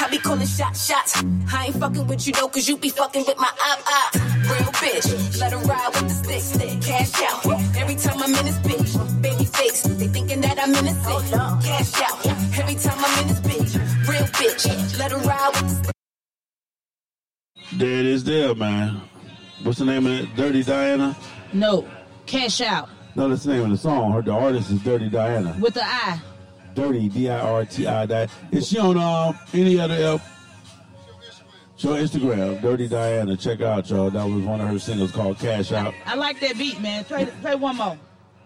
Speaker 3: I be calling shot shots. I ain't fucking with you though, cause you be fucking with my op op. Real bitch, let her ride with the stick stick. Cash out. Every time I'm in this bitch, baby face. They thinking that I'm
Speaker 6: Oh,
Speaker 3: innocent. Cash out. Every time I'm in this bitch, real bitch. Let her ride with the stick.
Speaker 1: There it is, there, man. What's the name of it? Dirty Diana.
Speaker 6: No. Cash out.
Speaker 1: No, that's the name of the song. Her, the artist is Dirty Diana.
Speaker 6: With the eye.
Speaker 1: Dirty D I R T I Di. Is she on um, any other L? Show Instagram, Dirty Diana. Check out y'all. That was one of her singles called Cash Out.
Speaker 6: I like that beat, man. Play, play one more.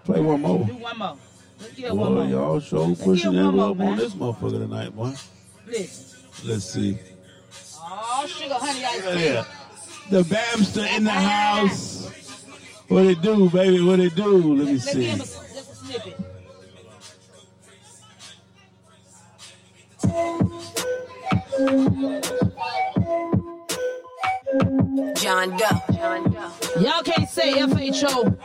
Speaker 1: Play one more.
Speaker 6: Do one more. Let's get one
Speaker 1: Boy,
Speaker 6: more.
Speaker 1: y'all show
Speaker 6: Let's
Speaker 1: pushing
Speaker 6: get
Speaker 1: that
Speaker 6: one more,
Speaker 1: up on
Speaker 6: man.
Speaker 1: this motherfucker tonight, boy.
Speaker 6: Listen.
Speaker 1: Let's see.
Speaker 6: Oh, sugar, honey, ice cream.
Speaker 1: Yeah. The Babster in the house. What it do, baby? What it do? Let me
Speaker 6: Let me
Speaker 1: see.
Speaker 6: give us just a snippet.
Speaker 3: John Doe.
Speaker 6: Y'all can't say FHO.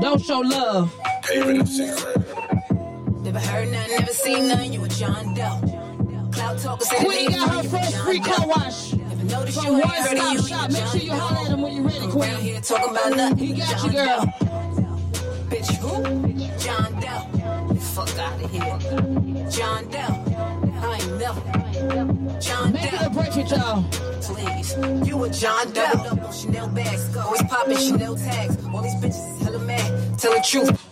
Speaker 6: Don't show love.
Speaker 3: Paving the Never heard none, never seen none. You a John Doe. Cloud talker said
Speaker 6: Queen got her first free car wash. From
Speaker 3: you
Speaker 6: One
Speaker 3: ain't heard of
Speaker 6: Stop
Speaker 3: you,
Speaker 6: Shop. Make sure you holler at him when you're ready, Queen.
Speaker 3: Talking about nothing.
Speaker 6: He got you,
Speaker 3: John
Speaker 6: girl.
Speaker 3: Bitch, who? John Doe. Fuck out of here. John Doe. I ain't never. John Make Doe. it a
Speaker 6: break with y'all.
Speaker 3: Please. You a John Doe. Doubled up on Chanel bags. Always popping Chanel tags. All these bitches is hella mad. Tell the truth.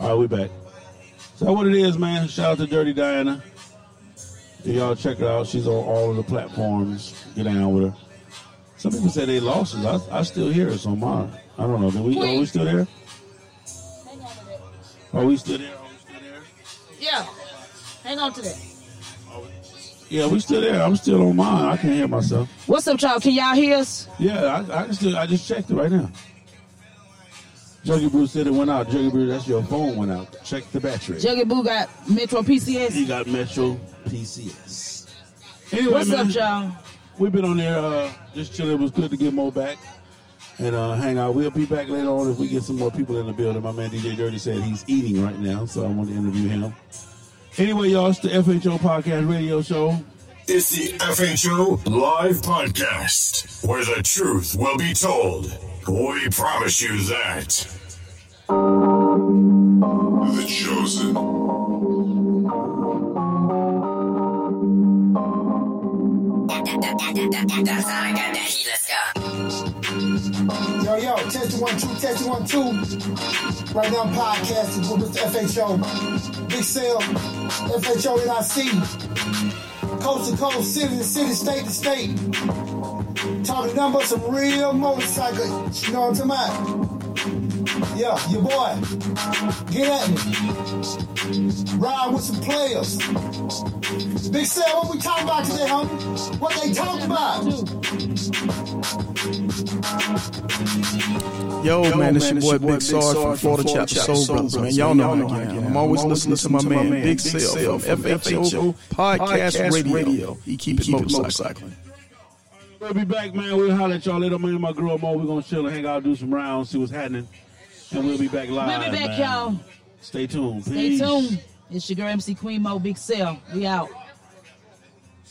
Speaker 1: All right, we back. So what it is, man? Shout out to Dirty Diana. Yeah, Y'all check her out. She's on all of the platforms. Get down with her. Some people say they lost us. I, I still hear us on mine. I don't know. Do we? Are we still there? Are we still there?
Speaker 6: Yeah. Hang on to that.
Speaker 1: Yeah, we still there. I'm still on mine. I can't hear myself.
Speaker 6: What's up, y'all? Can y'all hear us?
Speaker 1: Yeah, I, I can still. I just checked it right now. Juggy Brew said it went out. Juggy Brew, that's your phone went out. Check the battery.
Speaker 6: Juggy Boo got Metro PCS.
Speaker 1: You got Metro PCS. Anyway,
Speaker 6: What's
Speaker 1: man,
Speaker 6: up, y'all?
Speaker 1: We've been on there uh, just chilling. It was good to get Mo back and uh, hang out. We'll be back later on if we get some more people in the building. My man DJ Dirty said he's eating right now, so I want to interview him. Anyway, y'all, it's the FHO Podcast Radio Show.
Speaker 12: It's the FHO Live Podcast, where the truth will be told. We promise you that. The Chosen.
Speaker 15: That's all I got, that heat, let's go.
Speaker 3: Yo, yo, test the one, two, test the one, two. Right now I'm podcasting with Mr. FHO. Big Sale, FHO NIC. Coast to coast, city to city, state to state. Talking number, some real motorcycle. You know what I'm talking about? Yeah, your boy. Get at me. Ride with some players. Big Sam, what we talking about today, homie? What they talking about?
Speaker 7: Yo, man, it's your boy Big Sarge from Florida Chapter Soul Brothers, man. Y'all know how I am. I'm always listening to my man Big Sale from FHO Podcast Radio. He keep it motorcycling.
Speaker 1: We'll be back, man. We'll holler at y'all later, man. My girl Mo, we're gonna chill and hang out, do some rounds, see what's happening, and we'll be back live.
Speaker 6: We'll be back,
Speaker 1: man.
Speaker 6: y'all.
Speaker 1: Stay tuned.
Speaker 6: Stay
Speaker 1: Peace.
Speaker 6: tuned. It's your girl MC Queen Mo Big Cell. We out.